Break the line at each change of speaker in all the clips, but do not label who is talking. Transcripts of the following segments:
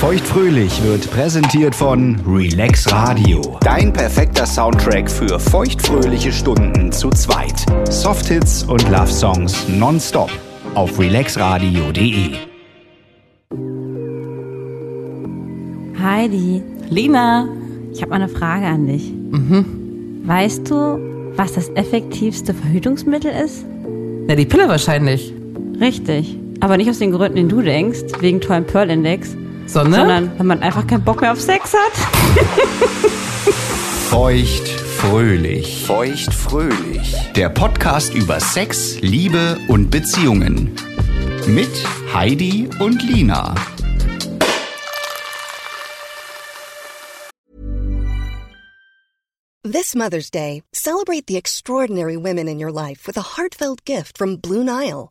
Feuchtfröhlich wird präsentiert von Relax Radio. Dein perfekter Soundtrack für feuchtfröhliche Stunden zu zweit. Softhits und Love Songs nonstop auf relaxradio.de.
Heidi,
Lina,
ich habe mal eine Frage an dich. Mhm. Weißt du, was das effektivste Verhütungsmittel ist?
na die Pille wahrscheinlich,
Richtig. Aber nicht aus den Gründen, den du denkst, wegen tollen Pearl-Index,
Sonne.
sondern wenn man einfach keinen Bock mehr auf Sex hat.
Feuchtfröhlich.
Feuchtfröhlich.
Der Podcast über Sex, Liebe und Beziehungen. Mit Heidi und Lina.
This Mother's Day, celebrate the extraordinary women in your life with a heartfelt gift from Blue Nile.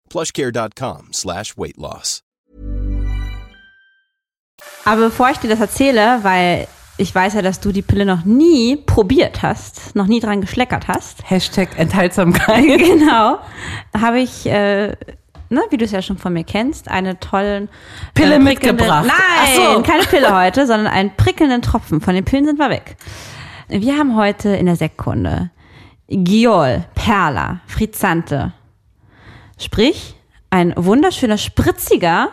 plushcare.com slash weight loss.
Aber bevor ich dir das erzähle, weil ich weiß ja, dass du die Pille noch nie probiert hast, noch nie dran geschleckert hast.
Hashtag Enthaltsamkeit.
genau, habe ich, äh, ne, wie du es ja schon von mir kennst, eine tollen
Pille
prickelnden-
mitgebracht.
Nein,
Ach so.
keine Pille heute, sondern einen prickelnden Tropfen. Von den Pillen sind wir weg. Wir haben heute in der Sektkunde Giol, Perla, Frizzante. Sprich, ein wunderschöner, spritziger,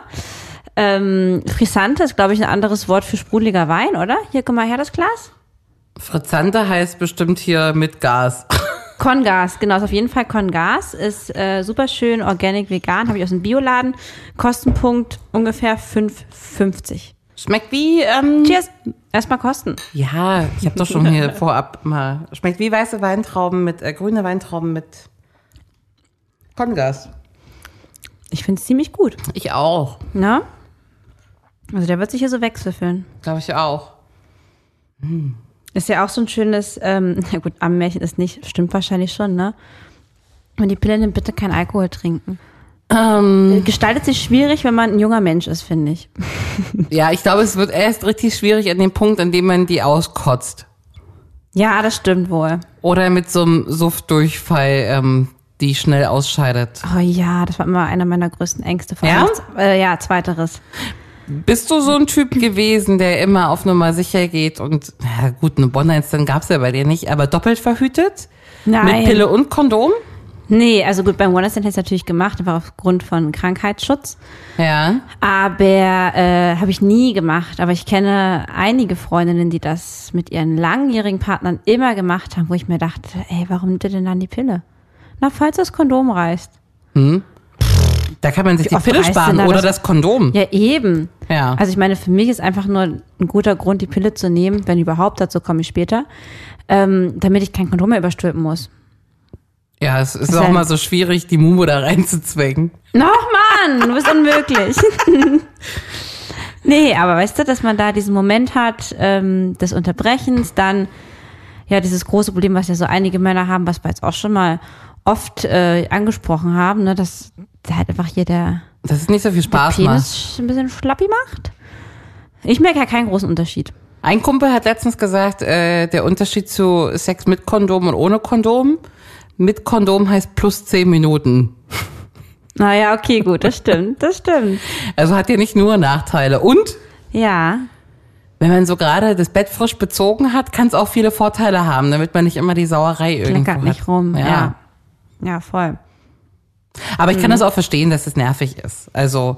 ähm, Frisante ist, glaube ich, ein anderes Wort für sprudeliger Wein, oder? Hier, guck mal her, das Glas.
Frizzante heißt bestimmt hier mit Gas.
Congas, genau, ist auf jeden Fall Congas. Ist äh, super schön, organic, vegan, habe ich aus dem Bioladen. Kostenpunkt ungefähr 5,50.
Schmeckt wie, ähm,
Cheers! Erstmal kosten.
ja, ich habe doch schon hier vorab mal. Schmeckt wie weiße Weintrauben mit, äh, grüne Weintrauben mit Kongas.
Ich finde es ziemlich gut.
Ich auch.
Ne? Also der wird sich hier so wegwürfeln.
Glaube ich auch.
Ist ja auch so ein schönes, ähm, na gut, am Märchen ist nicht, stimmt wahrscheinlich schon, ne? Und die Pille nimmt bitte kein Alkohol trinken. Gestaltet sich schwierig, wenn man ein junger Mensch ist, finde ich.
Ja, ich glaube, es wird erst richtig schwierig an dem Punkt, an dem man die auskotzt.
Ja, das stimmt wohl.
Oder mit so einem Suftdurchfall, ähm, die schnell ausscheidet.
Oh ja, das war immer einer meiner größten Ängste. vor
Ja?
Nachts- Äh, ja, zweiteres.
Bist du so ein Typ gewesen, der immer auf Nummer sicher geht und, na gut, eine Bonner-Instanz dann gab's ja bei dir nicht, aber doppelt verhütet?
Nein.
Mit Pille und Kondom?
Nee, also gut, beim One Stand hätte ich es natürlich gemacht, einfach aufgrund von Krankheitsschutz.
Ja.
Aber äh, habe ich nie gemacht. Aber ich kenne einige Freundinnen, die das mit ihren langjährigen Partnern immer gemacht haben, wo ich mir dachte, ey, warum nimmt ihr denn dann die Pille? Na, falls das Kondom reißt.
Da kann man sich
Wie
die
oft
Pille
reißt
sparen
denn da
oder
das-
das Kondom.
Ja, eben.
Ja.
Also ich meine, für mich ist einfach nur ein guter Grund, die Pille zu nehmen, wenn überhaupt, dazu komme ich später, ähm, damit ich kein Kondom mehr überstülpen muss.
Ja, es ist
Ist
auch
ja-
mal so schwierig, die Mumu da reinzuzwängen.
Noch Mann, du bist unmöglich. nee, aber weißt du, dass man da diesen Moment hat ähm, des Unterbrechens, dann ja dieses große Problem, was ja so einige Männer haben, was wir jetzt auch schon mal oft äh, angesprochen haben, ne, dass halt einfach hier der
Das ist nicht so viel Spaß ne? macht.
Penis ein bisschen schlappi macht. Ich merke ja keinen großen Unterschied.
Ein Kumpel hat letztens gesagt, äh, der Unterschied zu Sex mit Kondom und ohne Kondom mit Kondom heißt plus zehn Minuten.
Naja, Ah okay, gut, das stimmt, das stimmt.
Also hat ja nicht nur Nachteile. Und
Ja,
wenn man so gerade das Bett frisch bezogen hat, kann es auch viele Vorteile haben, damit man nicht immer die Sauerei irgendwo
kleckert
hat.
nicht rum. Ja. ja. Mhm. voll.
Aber ich kann das auch verstehen, dass es nervig ist. Also,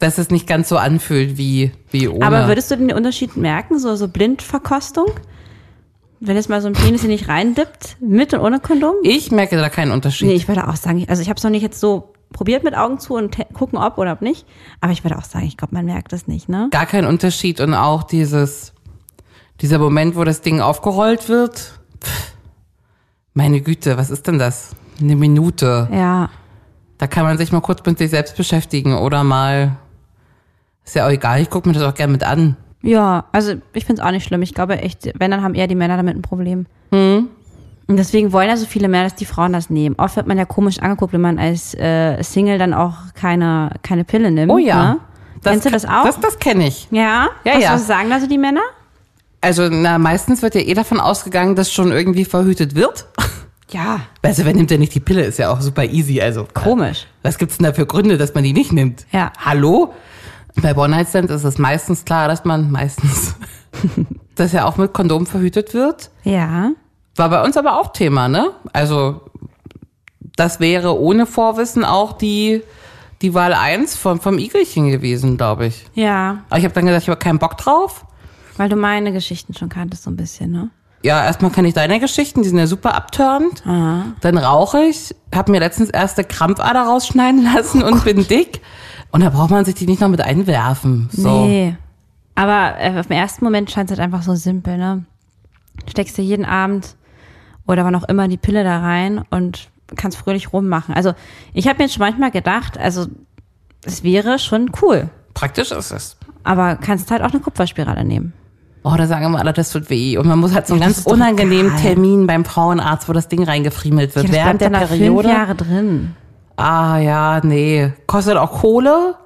dass es nicht ganz so anfühlt wie, wie ohne.
Aber würdest du den Unterschied merken, so, so Blindverkostung? Wenn es mal so ein Penis hier nicht reindippt, mit und ohne Kondom?
ich merke da keinen Unterschied.
Nee, ich würde auch sagen, ich- also ich habe es noch nicht jetzt so probiert mit Augen zu und te- gucken, ob oder ob nicht. Aber ich würde auch sagen, ich glaube, man merkt das nicht, ne?
Gar keinen Unterschied und auch dieses, dieser Moment, wo das Ding aufgerollt wird. Pff, Meine Güte, was ist denn das? Eine Minute.
Ja.
Da kann man sich mal kurz mit sich selbst beschäftigen oder mal, ist ja auch egal, ich gucke mir das auch gerne mit an.
Ja, also ich find's auch nicht schlimm. Ich glaube echt, wenn, dann haben eher die Männer damit ein Problem.
Hm.
Und deswegen wollen ja so viele Männer, dass die Frauen das nehmen. Oft wird man ja komisch angeguckt, wenn man als äh, Single dann auch keine, keine Pille nimmt.
Oh ja.
Ne? Kennst du das auch?
Das, das kenne ich.
ja?
Ja,
was,
ja.
was sagen also die Männer?
Also, na, meistens wird ja eh davon ausgegangen, dass schon irgendwie verhütet wird.
Ja.
Also, wer nimmt denn nicht die Pille? Ist ja auch super easy. Also,
Komisch.
Was gibt's denn da für Gründe, dass man die nicht nimmt?
Ja.
Hallo? Bei One-Night-Stand ist es meistens klar, dass man meistens, dass ja auch mit Kondom verhütet wird.
Ja.
War bei uns aber auch Thema, ne? Also, das wäre ohne Vorwissen auch die, die Wahl eins vom, vom Igelchen gewesen, glaube ich.
Ja.
Aber ich habe dann gesagt, ich habe keinen Bock drauf.
Weil du meine Geschichten schon kanntest so ein bisschen, ne?
ja, erstmal kann ich deine Geschichten, die sind ja super abturnt.
Ah.
Dann rauche ich, habe mir letztens erst eine Krampfader rausschneiden lassen und bin dick. Und da braucht man sich die nicht noch mit einwerfen. So.
Nee. Aber äh, auf den ersten Moment scheint es halt einfach so simpel, ne? Steckst dir jeden Abend oder wann auch immer die Pille da rein und kannst fröhlich rummachen. Also ich habe mir jetzt schon manchmal gedacht, also es wäre schon cool,
Praktisch ist es.
aber kannst halt auch eine Kupferspirale nehmen.
Oh, da sagen immer alle, das tut weh. Und man muss halt so einen
Ja, das
ganz
ist doch
unangenehmen
egal.
Termin beim Frauenarzt, wo das Ding reingefriemelt wird.
Ja, das
Während
bleibt
der
dann nach
Periode.
fünf Jahre drin.
Ah ja, nee. Kostet auch Kohle.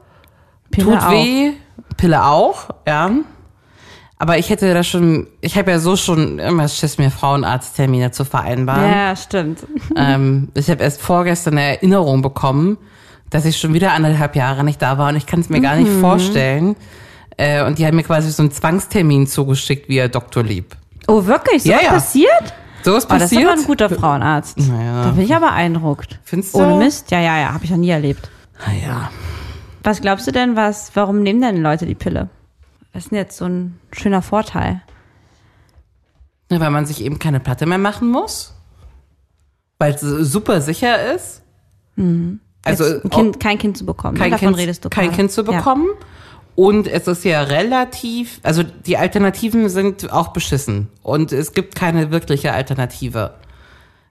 Pille
tut
auch.
weh, Pille auch, ja. Aber ich hätte da schon, ich habe ja so schon immer Schiss, mir Frauenarzttermine zu vereinbaren.
Ja, stimmt.
Ähm, ich habe erst vorgestern eine Erinnerung bekommen, dass ich schon wieder anderthalb Jahre nicht da war und ich kann es mir gar
Mhm.
nicht vorstellen. Äh, und die haben mir quasi so einen Zwangstermin zugeschickt, wie er Doktor lieb.
Oh, wirklich? So
Ja,
was
ja.
passiert?
So ist
Oh, das ist
passiert.
aber ein guter Frauenarzt.
Naja.
Da bin ich aber beeindruckt.
Findest du?
Ohne Mist? Ja, ja, ja, habe ich noch nie erlebt.
naja.
Was glaubst du denn, was, warum nehmen denn Leute die Pille? Was ist denn jetzt so ein schöner Vorteil?
Na, Ne, weil man sich eben keine Platte mehr machen muss. Weil es super sicher ist. Also
Mhm. Jetzt ein kind, kein Kind zu bekommen.
kein,
ne? Davon
kind,
redest du
kein
gerade.
kind zu bekommen. Und es ist ja relativ, also die Alternativen sind auch beschissen. Und es gibt keine wirkliche Alternative.
Hm.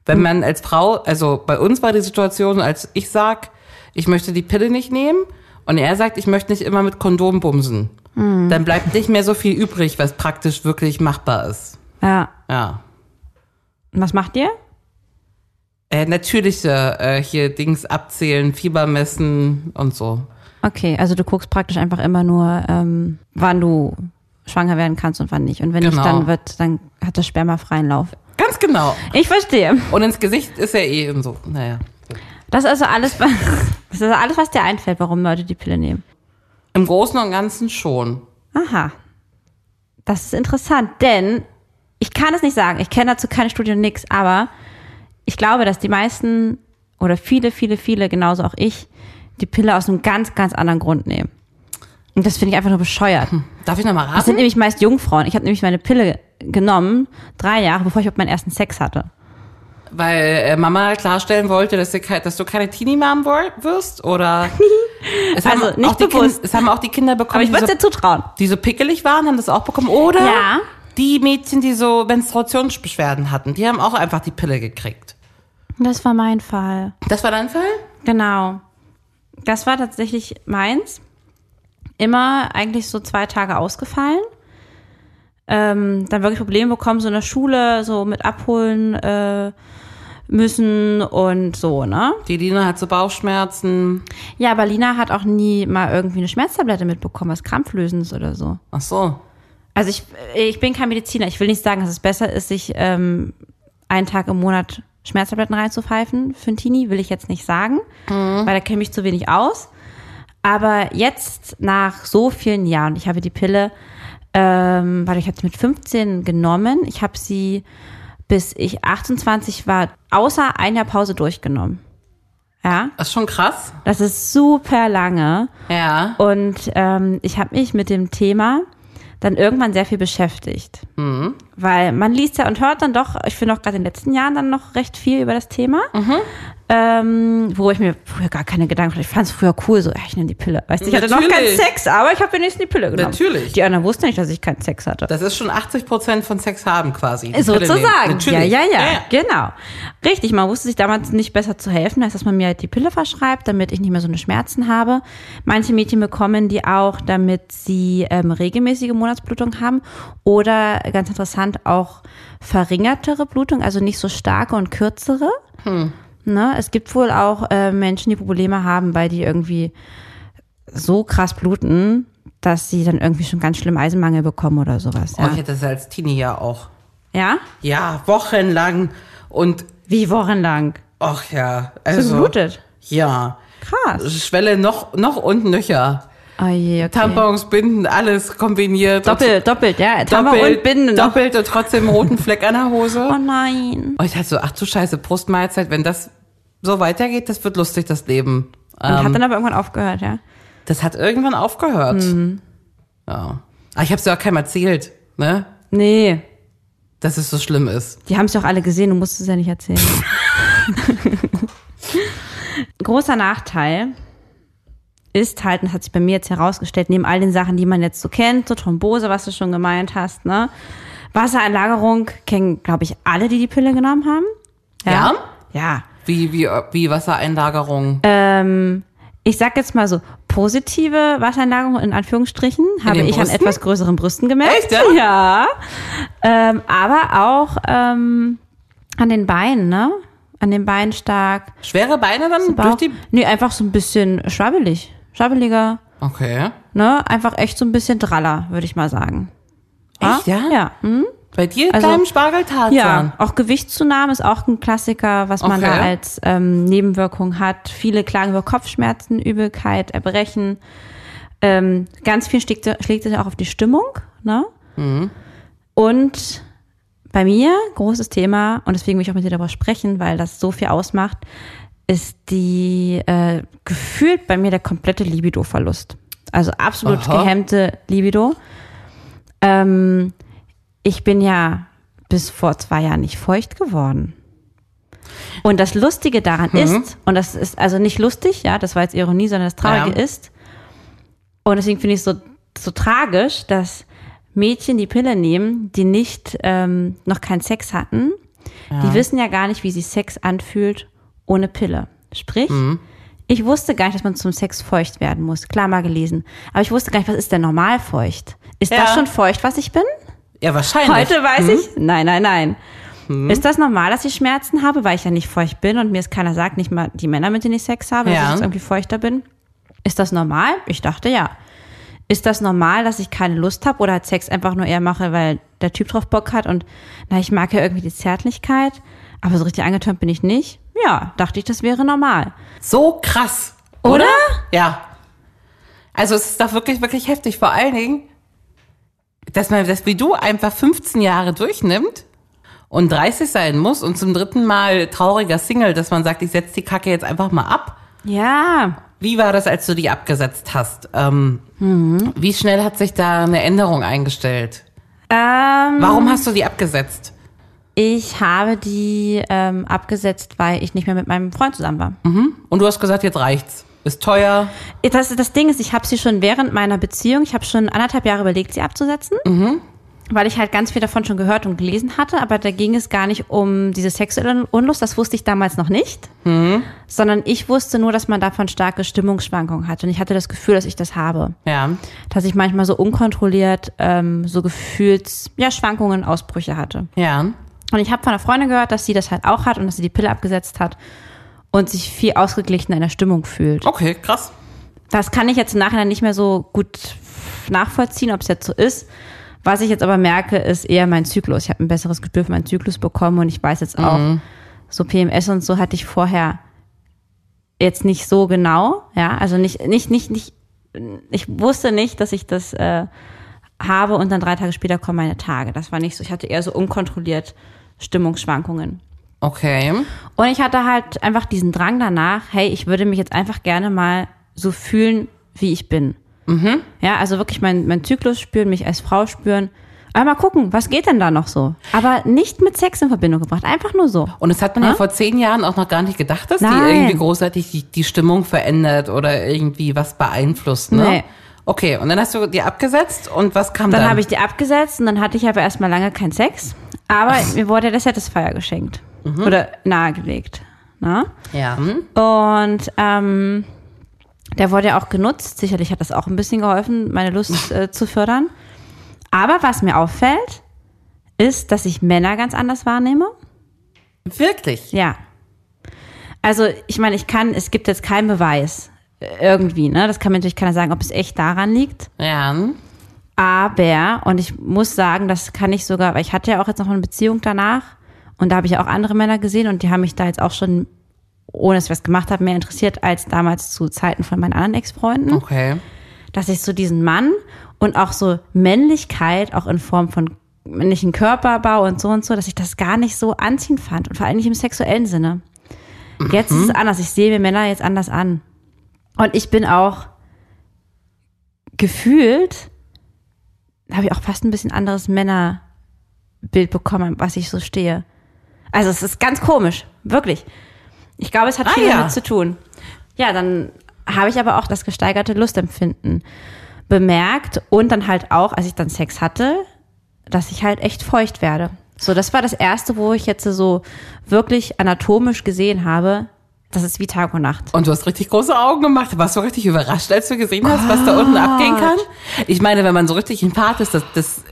Wenn man als Frau, also bei uns war die Situation, als ich sag, ich möchte die Pille nicht nehmen und er sagt, ich möchte nicht immer mit Kondom bumsen,
Hm.
dann bleibt nicht mehr so viel übrig, was praktisch wirklich machbar ist.
Ja. ja.
Ja.
Und was macht ihr?
Äh, natürliche äh, hier Dings abzählen, Fieber messen und so.
Okay, also du guckst praktisch einfach immer nur, ähm, wann du schwanger werden kannst und wann nicht. Und wenn
Genau.
nicht, dann wird, dann hat das Sperma freien Lauf.
Ganz genau.
Ich verstehe.
Und ins Gesicht ist ja eh und so. Naja.
Das ist also alles, was- das ist also alles, was dir einfällt, warum Leute die Pille nehmen.
Im Großen und Ganzen schon.
Aha. Das ist interessant, denn ich kann es nicht sagen, ich kenne dazu keine Studie und nix, aber ich glaube, dass die meisten oder viele, viele, viele, genauso auch ich, die Pille aus einem ganz, ganz anderen Grund nehmen. Und das finde ich einfach nur bescheuert.
Darf ich nochmal
Das sind
raten?
nämlich meist Jungfrauen. Ich habe nämlich meine Pille genommen, drei Jahre, bevor ich überhaupt meinen ersten Sex hatte.
Weil äh, Mama klarstellen wollte, dass, sie, kei- dass du keine Teenie-Mom woll- wirst oder. Es haben
Also, nicht
auch die
bewusst.
Kinder, es haben auch die Kinder
Aber
bekommen,
ich würde
die,
es
so,
dir zutrauen.
die so pickelig waren, haben das auch bekommen. Oder
Ja.
die Mädchen, die so Menstruationsbeschwerden hatten, die haben auch einfach die Pille gekriegt.
Das war mein Fall.
Das war dein Fall?
Genau. Das war tatsächlich meins. Immer eigentlich so zwei Tage ausgefallen. Ähm, dann wirklich Probleme bekommen, so in der Schule, so mit abholen äh, müssen und so, ne?
Die Lina hat so Bauchschmerzen.
Ja, aber Lina hat auch nie mal irgendwie eine Schmerztablette mitbekommen, was Krampflösendes oder so.
Ach so.
Also ich, ich bin kein Mediziner. Ich will nicht sagen, dass es besser ist, sich ähm, einen Tag im Monat Schmerztabletten reinzupfeifen. Für einen Teenie will ich jetzt nicht sagen, weil da kenne ich mich zu wenig aus. Aber jetzt nach so vielen Jahren, ich habe die Pille, ähm, weil ich habe sie mit 15 genommen. Ich habe sie bis ich 28 war, außer einer Pause durchgenommen. Ja,
Das ist schon krass.
das ist super lange.
Ja.
Und ähm, ich habe mich mit dem Thema dann irgendwann sehr viel beschäftigt.
Mhm.
Weil man liest ja und hört dann doch, ich finde auch gerade in den letzten Jahren dann noch recht viel über das Thema.
Mhm.
Ähm, wo ich mir früher gar keine Gedanken hatte. Ich fand es früher cool, so, ja, ich nehme die Pille. Weißt du, ich hatte noch keinen
Natürlich.
Sex, aber ich habe wenigstens die Pille genommen.
Natürlich.
Die anderen wussten nicht, dass ich keinen Sex hatte.
Das ist schon 80 Prozent von Sex haben quasi. Die Pille nehmen.
Sozusagen. Ja,
Natürlich.
ja, ja, Genau. Richtig, man wusste sich damals nicht besser zu helfen, als dass man mir halt die Pille verschreibt, damit ich nicht mehr so eine Schmerzen habe. Manche Mädchen bekommen die auch, damit sie ähm, regelmäßige Monatsblutung haben oder ganz interessant auch verringertere Blutung, also nicht so starke und kürzere. Ne? Es gibt wohl auch äh, Menschen, die Probleme haben, weil die irgendwie so krass bluten, dass sie dann irgendwie schon ganz schlimm Eisenmangel bekommen oder sowas.
Oh,
Ja?
ich hätte das als Teenie ja auch.
ja?
Ja, wochenlang. Und,
Wie wochenlang?
ach ja.
Also,
Also,
geblutet.
Ja.
Krass.
Schwelle noch, noch und nöcher.
Oh je, okay.
Tampons, Binden, alles kombiniert.
Doppelt, doppelt, ja. Tampon und Binden. noch.
Doppelt und trotzdem roten Fleck an der Hose.
Oh nein.
Und ich dachte so, ach du Scheiße, Brustmahlzeit, wenn das so weitergeht, das wird lustig, das Leben.
Und
Ähm,
hat dann aber irgendwann aufgehört, ja.
das hat irgendwann aufgehört.
Mhm.
Ja. Aber ich habe es ja auch keinem erzählt, ne?
Nee,
Dass es so schlimm ist.
die haben es doch alle gesehen, du musst es ja nicht erzählen. Großer Nachteil ist halt, und das hat sich bei mir jetzt herausgestellt, neben all den Sachen, die man jetzt so kennt, so Thrombose, was du schon gemeint hast, ne? Wasseranlagerung kennen, glaube ich, alle, die die Pille genommen haben.
Ja?
Ja.
Wie, wie, wie Wassereinlagerung.
Äh. ich sag jetzt mal so, positive Wassereinlagerung in Anführungsstrichen habe
den
ich an
Brüsten?
etwas größeren Brüsten gemerkt.
Echt, ja?
Ja. Ähm, aber auch ähm, an den Beinen, ne? An den Beinen stark.
Schwere Beine dann durch
Bauch.
die.
Nee, einfach so ein bisschen schwabbelig. Schwabbeliger,
Okay.
ne? Einfach echt so ein bisschen draller, würde ich mal sagen.
Echt, ja?
Ja. Hm?
Bei dir
Also-
kleinem Spargeltarzan.
Ja, auch Gewichtszunahme ist auch ein Klassiker, was man
Okay.
da als ähm, Nebenwirkung hat. Viele klagen über Kopfschmerzen, Übelkeit, Erbrechen. Ähm, ganz viel schlägt, schlägt sich auch auf die Stimmung. Ne?
Mhm.
Und bei mir, großes Thema, und deswegen will ich auch mit dir darüber sprechen, weil das so viel ausmacht, ist die äh, gefühlt bei mir der komplette Libido-Verlust. Also absolut
Aha.
gehemmte Libido. Ähm, ich bin ja bis vor zwei Jahren nicht feucht geworden. Und das Lustige daran
Hm.
ist, und das ist also nicht lustig, ja, das war jetzt Ironie, sondern das Traurige
Ja.
ist, und deswegen finde ich es so, so tragisch, dass Mädchen die Pille nehmen, die nicht ähm, noch keinen Sex hatten, die wissen ja gar nicht, wie sich Sex anfühlt ohne Pille. Sprich,
Mhm.
ich wusste gar nicht, dass man zum Sex feucht werden muss. Klar mal gelesen. Aber ich wusste gar nicht, was ist denn normal feucht? Ist das
Ja.
schon feucht, was ich bin?
Ja, wahrscheinlich.
Heute weiß ich. Hm? Nein, nein, nein. Ist das normal, dass ich Schmerzen habe, weil ich ja nicht feucht bin und mir es keiner sagt, nicht mal die Männer, mit denen ich Sex habe, dass
Ja.
ich jetzt irgendwie feuchter bin? Ist das normal? Ich dachte ja. Ist das normal, dass ich keine Lust habe oder Sex einfach nur eher mache, weil der Typ drauf Bock hat und na, ich mag ja irgendwie die Zärtlichkeit, aber so richtig angetörnt bin ich nicht? Ja, dachte ich, das wäre normal.
So krass.
Oder?
Ja. Also es ist doch wirklich, wirklich heftig. Vor allen Dingen, dass man das wie du einfach 15 Jahre durchnimmt und 30 sein muss und zum dritten Mal trauriger Single, dass man sagt, ich setze die Kacke jetzt einfach mal ab.
Ja.
Wie war das, als du die abgesetzt hast? Ähm,
Mhm.
Wie schnell hat sich da eine Änderung eingestellt?
Ähm,
Warum hast du die abgesetzt?
ich habe die ähm, abgesetzt, weil ich nicht mehr mit meinem Freund zusammen war.
Und du hast gesagt, jetzt reicht's. Ist teuer.
Das, das Ding ist, ich habe sie schon während meiner Beziehung, ich habe schon anderthalb Jahre überlegt, sie abzusetzen, weil ich halt ganz viel davon schon gehört und gelesen hatte, aber da ging es gar nicht um diese sexuelle Unlust, das wusste ich damals noch nicht, sondern ich wusste nur, dass man davon starke Stimmungsschwankungen hat und ich hatte das Gefühl, dass ich das habe,
Ja.
dass ich manchmal so unkontrolliert ähm, so Gefühls, ja, Schwankungen, Ausbrüche hatte.
Ja.
Und ich habe von einer Freundin gehört, dass sie das halt auch hat und dass sie die Pille abgesetzt hat und sich viel ausgeglichener in der Stimmung fühlt.
Okay, krass.
Das kann ich jetzt im Nachhinein nicht mehr so gut nachvollziehen, ob es jetzt so ist. Was ich jetzt aber merke, ist eher mein Zyklus. Ich habe ein besseres Gespür für meinen Zyklus bekommen und ich weiß jetzt auch, so PMS und so hatte ich vorher jetzt nicht so genau, ja, also nicht, nicht, nicht, nicht, ich wusste nicht, dass ich das äh, habe und dann drei Tage später kommen meine Tage. Das war nicht so. Ich hatte eher so unkontrolliert Stimmungsschwankungen.
Okay.
Und ich hatte halt einfach diesen Drang danach, hey, ich würde mich jetzt einfach gerne mal so fühlen, wie ich bin.
Mhm.
Ja, also wirklich meinen mein Zyklus spüren, mich als Frau spüren. Einmal gucken, was geht denn da noch so? Aber nicht mit Sex in Verbindung gebracht, einfach nur so.
Und das hat man ja vor zehn Jahren auch noch gar nicht gedacht, dass die
Nein.
irgendwie großartig die, die Stimmung verändert oder irgendwie was beeinflusst, ne?
Nee.
Okay, und dann hast du die abgesetzt und was kam dann?
Dann habe ich die abgesetzt und dann hatte ich aber erstmal lange keinen Sex. Aber mir wurde der Satisfier geschenkt.
Mhm.
Oder nahegelegt. ne? Na?
Ja. Hm?
Und ähm, der wurde ja auch genutzt. Sicherlich hat das auch ein bisschen geholfen, meine Lust äh, zu fördern. Aber was mir auffällt, ist, dass ich Männer ganz anders wahrnehme.
Wirklich?
Ja. Also, ich meine, ich kann, es gibt jetzt keinen Beweis. äh, Irgendwie, ne? Das kann mir natürlich keiner sagen, ob es echt daran liegt.
Ja. hm?
Aber, und ich muss sagen, das kann ich sogar, weil ich hatte ja auch jetzt noch eine Beziehung danach und da habe ich ja auch andere Männer gesehen und die haben mich da jetzt auch schon, ohne dass ich was gemacht habe, mehr interessiert als damals zu Zeiten von meinen anderen Ex-Freunden.
Okay.
Dass ich so diesen Mann und auch so Männlichkeit, auch in Form von männlichen Körperbau und so und so, dass ich das gar nicht so anziehend fand und vor allem nicht im sexuellen Sinne. Jetzt ist es anders. Ich sehe mir Männer jetzt anders an. Und ich bin auch gefühlt, habe ich auch fast ein bisschen anderes Männerbild bekommen, was ich so stehe. Also es ist ganz komisch, wirklich. Ich glaube, es hat
Ah,
viel
ja.
damit zu tun. Ja, dann habe ich aber auch das gesteigerte Lustempfinden bemerkt und dann halt auch, als ich dann Sex hatte, dass ich halt echt feucht werde. So, das war das erste, wo ich jetzt so wirklich anatomisch gesehen habe, das ist wie Tag und Nacht.
Und du hast richtig große Augen gemacht. Warst du richtig überrascht, als du gesehen hast, was da unten abgehen kann? Ich meine, wenn man so richtig in Fahrt ist, das, das,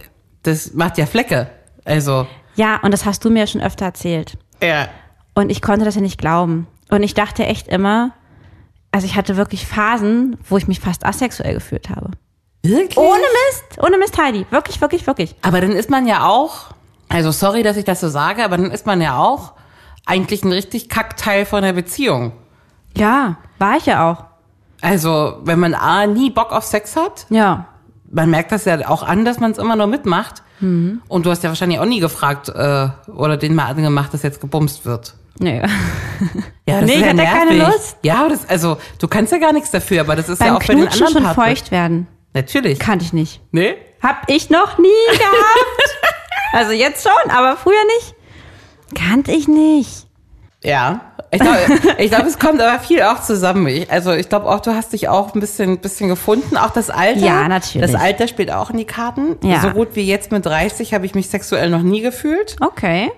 das macht ja Flecke. Also.
Ja, und das hast du mir ja schon öfter erzählt.
Ja.
Und ich konnte das ja nicht glauben. Und ich dachte echt immer, also ich hatte wirklich Phasen, wo ich mich fast asexuell gefühlt habe.
Wirklich?
Ohne Mist, ohne Mist, Heidi. Wirklich, wirklich, wirklich.
Aber dann ist man ja auch, also sorry, dass ich das so sage, aber dann ist man ja auch eigentlich ein richtig Kackteil von der Beziehung.
Ja, war ich ja auch.
Also, wenn man A, nie Bock auf Sex hat,
Ja.
man merkt das ja auch an, dass man es immer nur mitmacht.
Mhm.
Und du hast ja wahrscheinlich auch nie gefragt äh, oder den mal angemacht, dass jetzt gebumst wird.
Nee.
Ja,
Nee, ich hatte keine Lust.
Ja, aber das, also, du kannst ja gar nichts dafür, aber das ist ja
Beim
auch bei den
Knutschen
anderen
schon
Partnern.
feucht werden,
Natürlich.
kannte ich nicht.
Nee?
Hab ich noch nie gehabt. also jetzt schon, aber früher nicht. Kannte ich nicht.
Ja. Ich glaube, ich glaub, es kommt aber viel auch zusammen. Ich, also ich glaube auch, du hast dich auch ein bisschen, bisschen gefunden. Auch das Alter.
Ja, natürlich.
Das Alter spielt auch in die Karten.
Ja.
So gut wie jetzt mit 30 habe ich mich sexuell noch nie gefühlt.
Okay,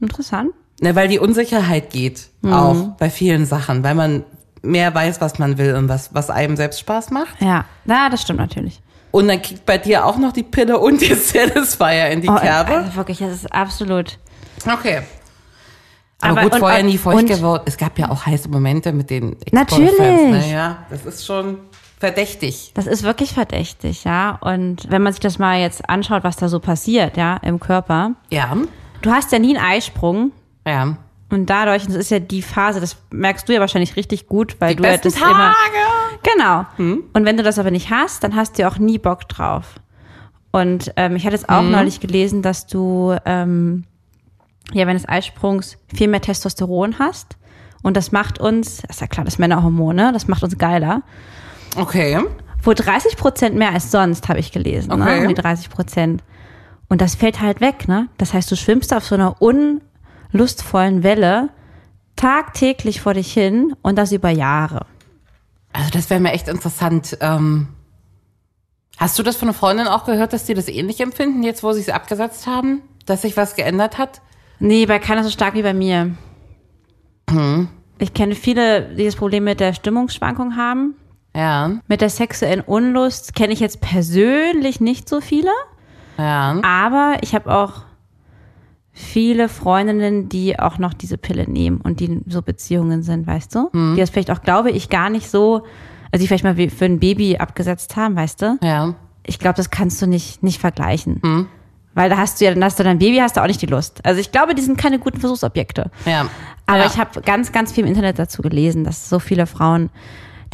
interessant.
Ne, weil die Unsicherheit geht
Mhm.
auch bei vielen Sachen, weil man mehr weiß, was man will und was, was einem selbst Spaß macht.
Ja, na, das stimmt natürlich.
Und dann kickt bei dir auch noch die Pille und die Satisfier in die
Oh,
Kerbe.
also wirklich, das ist absolut.
Okay. Aber,
Aber-
gut,
und-
vorher nie feucht
und-
geworden. Es gab ja auch heiße Momente mit den ex
Natürlich.
Naja, das ist schon verdächtig.
Das ist wirklich verdächtig, ja. Und wenn man sich das mal jetzt anschaut, was da so passiert, ja, im Körper.
Ja.
Du hast ja nie einen Eisprung.
Ja.
Und dadurch, das ist ja die Phase, das merkst du ja wahrscheinlich richtig gut, weil
Die
du ja
besten
das immer.
Tage.
Genau. Und wenn du das aber nicht hast, dann hast du auch nie Bock drauf. Und ähm, ich hatte es auch neulich gelesen, dass du, ähm, ja, während des Eisprungs viel mehr Testosteron hast. Und das macht uns, das ist ja klar, das Männerhormone, das macht uns geiler.
Okay.
Wohl 30 Prozent mehr als sonst, habe ich gelesen.
Okay.
Ne? Um die 30 Prozent. Und das fällt halt weg, ne? Das heißt, du schwimmst auf so einer unlustvollen Welle tagtäglich vor dich hin und das über Jahre.
Also das wäre mir echt interessant. Ähm, hast du das von einer Freundin auch gehört, dass die das ähnlich empfinden, jetzt wo sie es abgesetzt haben? Dass sich was geändert hat?
Nee, bei keiner so stark wie bei mir. Ich kenne viele, die das Problem mit der Stimmungsschwankung haben.
Ja.
Mit der sexuellen Unlust kenne ich jetzt persönlich nicht so viele.
Ja.
Aber ich habe auch viele Freundinnen, die auch noch diese Pille nehmen und die in so Beziehungen sind, weißt du? Die das vielleicht auch, glaube ich, gar nicht so, also die vielleicht mal wie- für ein Baby abgesetzt haben, weißt du?
Ja.
Ich glaube, das kannst du nicht, nicht vergleichen. Weil da hast du ja, dann hast du dein Baby, hast du auch nicht die Lust. Also ich glaube, die sind keine guten Versuchsobjekte.
Ja.
Aber
ja.
ich habe ganz, ganz viel im Internet dazu gelesen, dass so viele Frauen,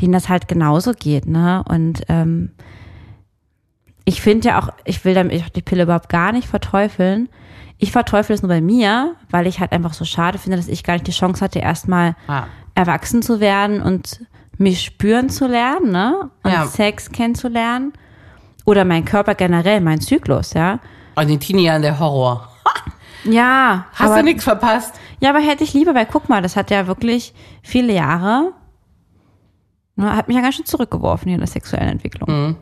denen das halt genauso geht, ne? Und ähm, ich finde ja auch, ich will damit auch die Pille überhaupt gar nicht verteufeln. Ich verteufel es nur bei mir, weil ich halt einfach so schade finde, dass ich gar nicht die Chance hatte, erstmal
Ah.
erwachsen zu werden und mich spüren zu lernen, ne? Und
Ja.
Sex kennenzulernen. Oder mein Körper generell, mein Zyklus, ja.
Und die Teenie-Jahren der Horror.
Ja.
Hast
aber-
du nichts verpasst?
ja, aber hätte ich lieber, weil guck mal, das hat ja wirklich viele Jahre, ne, hat mich ja ganz schön zurückgeworfen hier in der sexuellen Entwicklung.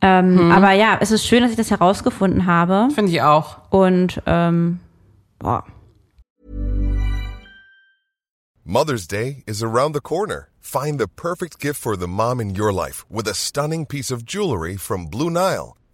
Ähm, Aber ja, es ist schön, dass ich das herausgefunden habe
Finde ich auch.
und ähm, boah.
Mother's Day is around the corner. Find the perfect gift for the mom in your life with a stunning piece of jewelry from Blue Nile.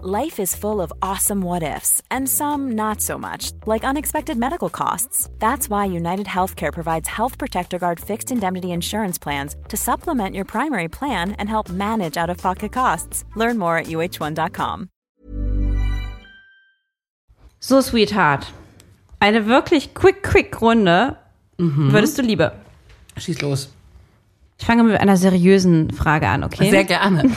Life is full of awesome what ifs and some not so much, like unexpected medical costs. That's why United Healthcare provides Health Protector Guard fixed indemnity insurance plans to supplement your primary plan and help manage out of pocket costs. Learn more at uh1.com.
So, Sweetheart. Eine wirklich quick, quick Runde. Würdest du lieber?
Schieß los.
Ich fange mit einer seriösen Frage an, okay?
Sehr gerne.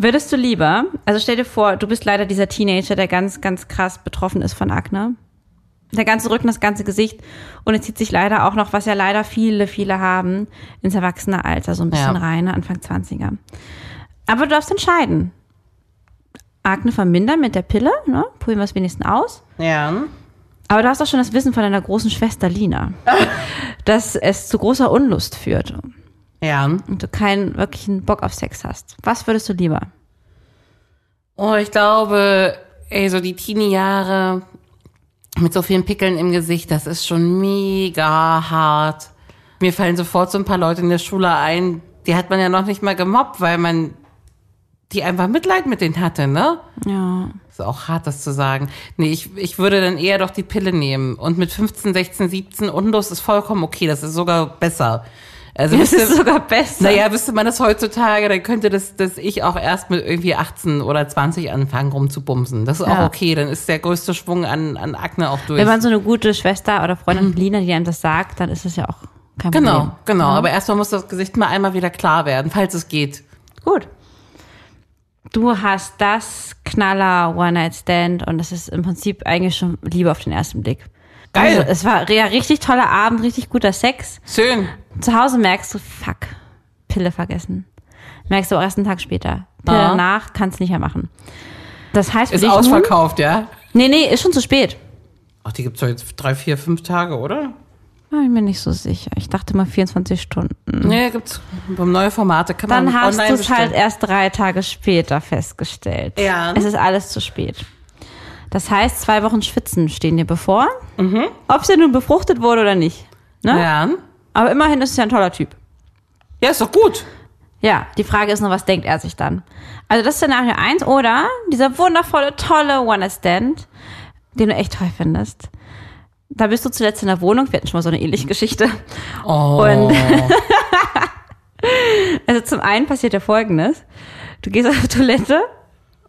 Würdest du lieber, also stell dir vor, du bist leider dieser Teenager, der ganz, ganz krass betroffen ist von Akne. Der ganze Rücken, das ganze Gesicht und es zieht sich leider auch noch, was ja leider viele, viele haben, ins erwachsene Alter, so ein bisschen
Ja.
rein, Anfang 20er. Aber du darfst entscheiden. Akne vermindern mit der Pille, ne? Pullen wir es wenigstens aus.
ja.
Aber du hast auch schon das Wissen von deiner großen Schwester Lina, dass es zu großer Unlust führt
Ja.
und du keinen wirklichen Bock auf Sex hast. Was würdest du lieber?
Oh, ich glaube, ey, so die Teenie-Jahre mit so vielen Pickeln im Gesicht, das ist schon mega hart. Mir fallen sofort so ein paar Leute in der Schule ein, die hat man ja noch nicht mal gemobbt, weil man die einfach Mitleid mit denen hatte, ne?
Ja.
Ist auch hart, das zu sagen. Nee, ich, ich würde dann eher doch die Pille nehmen. Und mit 15, 16, 17 Unlust ist vollkommen okay. Das ist sogar besser. Also
Das
wisst
ist
ihr-
sogar besser.
Naja, wüsste man das heutzutage, dann könnte das, das ich auch erst mit irgendwie 18 oder 20 anfangen rumzubumsen. Das ist
Ja.
auch okay, dann ist der größte Schwung an, an Akne auch durch.
Wenn man so eine gute Schwester oder Freundin wie Lina, die einem das sagt, dann ist das ja auch kein Problem.
Mhm. genau, genau.
Mhm.
Aber erstmal muss das Gesicht mal einmal wieder klar werden, falls es geht.
Gut. Du hast das Knaller One-Night-Stand und das ist im Prinzip eigentlich schon Liebe auf den ersten Blick.
Geil.
Also, es war ja richtig toller Abend, richtig guter Sex.
Schön.
Zu Hause merkst du, fuck, Pille vergessen. Merkst du auch erst einen Tag später. Pille
Ah.
danach kannst du nicht mehr machen. Das heißt, für
Ist
dich nun-
ausverkauft, ja?
Nee, nee, ist schon zu spät.
Ach, die gibt's doch jetzt drei, vier, fünf Tage, oder?
Ah, Ich bin mir nicht so sicher. Ich dachte mal 24 Stunden.
Mhm. Nee, gibt's um neue Formate. Kann
Dann
man
hast
online
du es halt
bestellen.
erst drei Tage später festgestellt.
Ja.
Es ist alles zu spät. Das heißt, zwei Wochen Schwitzen stehen dir bevor.
Mhm.
Ob sie nun befruchtet wurde oder nicht. Ne?
Ja.
Aber immerhin ist es ja ein toller Typ.
ja, ist doch gut.
Ja, die Frage ist nur, was denkt er sich dann? Also das ist Szenario eins oder dieser wundervolle, tolle One-Stand, den du echt toll findest. Da bist du zuletzt in der Wohnung, wir hatten schon mal so eine ähnliche Geschichte.
Mhm. Oh.
Und also zum einen passiert ja folgendes. Du gehst auf die Toilette